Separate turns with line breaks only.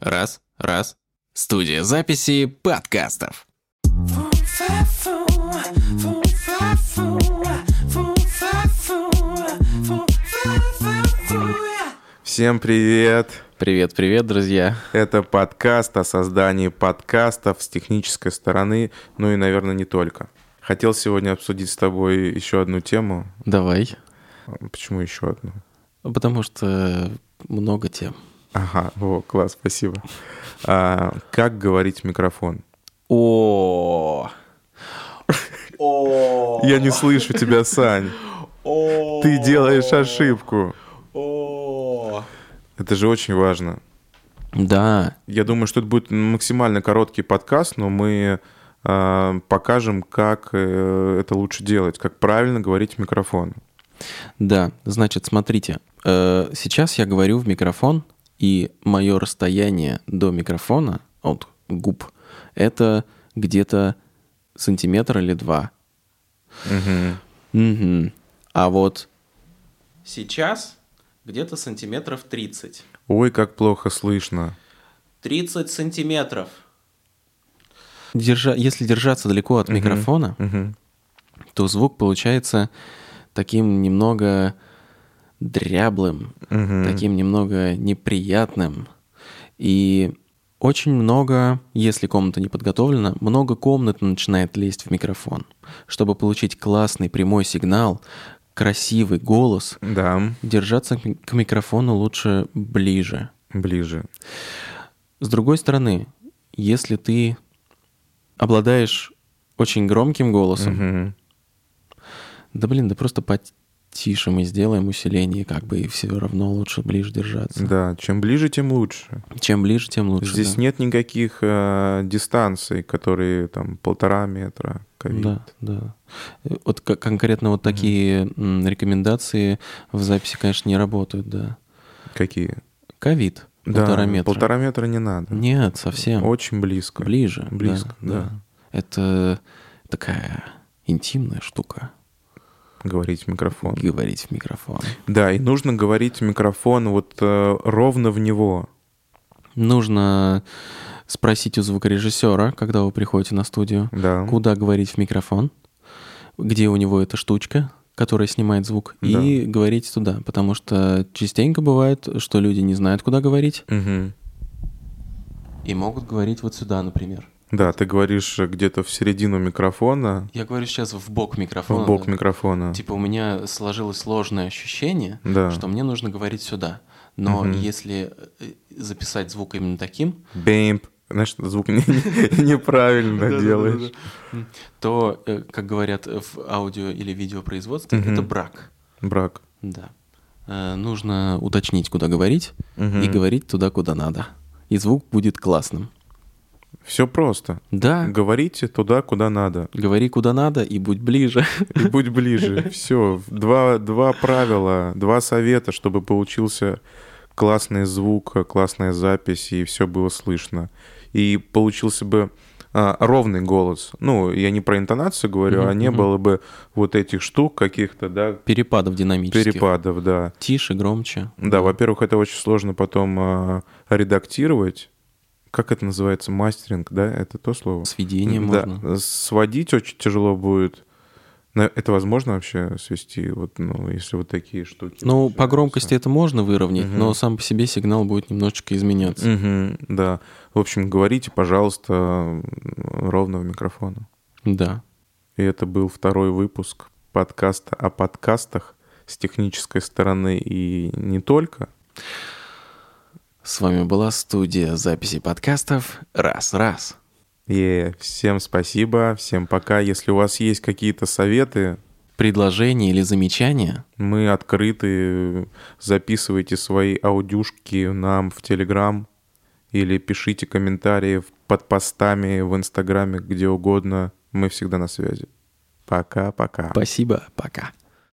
Раз, раз. Студия записи подкастов.
Всем привет!
Привет, привет, друзья.
Это подкаст о создании подкастов с технической стороны, ну и, наверное, не только. Хотел сегодня обсудить с тобой еще одну тему.
Давай.
Почему еще одну?
Потому что много тем.
Ага, о, класс, спасибо. А, как говорить в микрофон?
О. О.
Я не слышу тебя, Сань. Ты делаешь ошибку.
О.
Это же очень важно.
Да.
Я думаю, что это будет максимально короткий подкаст, но мы э, покажем, как э, это лучше делать, как правильно говорить в микрофон.
Да, значит, смотрите, э, сейчас я говорю в микрофон, и мое расстояние до микрофона от губ это где-то сантиметр или два. Мгм. А вот сейчас где-то сантиметров 30.
Ой, как плохо слышно.
30 сантиметров. Держа... Если держаться далеко от микрофона,
Мгм.
то звук получается таким немного дряблым,
Мгм.
таким немного неприятным. И очень много, если комната не подготовлена, много комнат начинает лезть в микрофон. Чтобы получить классный прямой сигнал, красивый голос,
Да,
держаться к ми- к микрофону лучше ближе.
ближе.
С другой стороны, если ты обладаешь очень громким голосом,
Мгм.
да блин, да просто потише мы сделаем усиление, как бы и все равно лучше ближе держаться.
Да, чем ближе, тем лучше.
Чем ближе, тем лучше.
Здесь
да.
нет никаких э, дистанций, которые там полтора метра. ковид.
Да, да. Э, Вот ко- конкретно вот такие м, рекомендации в записи, конечно, не работают, да.
Какие?
Ковид.
Да,
Полтора метра.
Полтора метра не надо.
Нет, совсем.
Очень близко.
Ближе. да,
Близко, да.
Это такая интимная штука.
Говорить в микрофон.
Говорить в микрофон.
Да, и нужно говорить в микрофон вот э, ровно в него.
Нужно спросить у звукорежиссера, когда вы приходите на студию,
Да.
куда говорить в микрофон, где у него эта штучка, которая снимает звук, и говорить туда. Потому что частенько бывает, что люди не знают, куда говорить,
Мгм.
и могут говорить вот сюда, например.
Да, ты говоришь э, где-то в середину микрофона,
Я говорю сейчас в бок микрофона.
в бок
да.
микрофона.
Типа у меня сложилось сложное ощущение,
Да.
что мне нужно говорить сюда. Но если э, записать звук именно таким,
Бэмп. Знаешь, звук не- не- неправильно делаешь.
то, э, как говорят в аудио или видеопроизводстве, это брак.
Брак.
Да. Э, Нужно уточнить, куда говорить, и говорить туда, куда надо. И звук будет классным.
Все просто.
Да,
Говорите туда, куда надо.
говори куда надо и будь ближе.
И будь ближе. Все. Два, два правила, два совета, чтобы получился классный звук, классная запись, и все было слышно. И получился бы а, ровный голос. Ну, я не про интонацию говорю, а не было бы вот этих штук каких-то, да,
Перепадов динамических.
перепадов, да.
Тише, громче.
Да, во-первых, это очень сложно потом а, редактировать. Как это называется? Мастеринг, да? Это то слово?
Сведение
Да,
можно.
сводить очень тяжело будет. На- Это возможно вообще свести, вот, ну, если вот такие штуки.
Ну, по
начинаются?
громкости это можно выровнять, но сам по себе сигнал будет немножечко изменяться.
Мгм, да. В общем, говорите, пожалуйста, м, ровно в микрофон.
Да.
И это был второй выпуск подкаста о подкастах с технической стороны и не только.
С вами была студия записи подкастов «Раз-раз».
И всем спасибо, всем пока. Если у вас есть какие-то советы,
Предложения или замечания?
мы открыты. Записывайте свои аудюшки нам в Телеграм или пишите комментарии под постами в Инстаграме, где угодно. Мы всегда на связи. Пока-пока.
Спасибо, пока.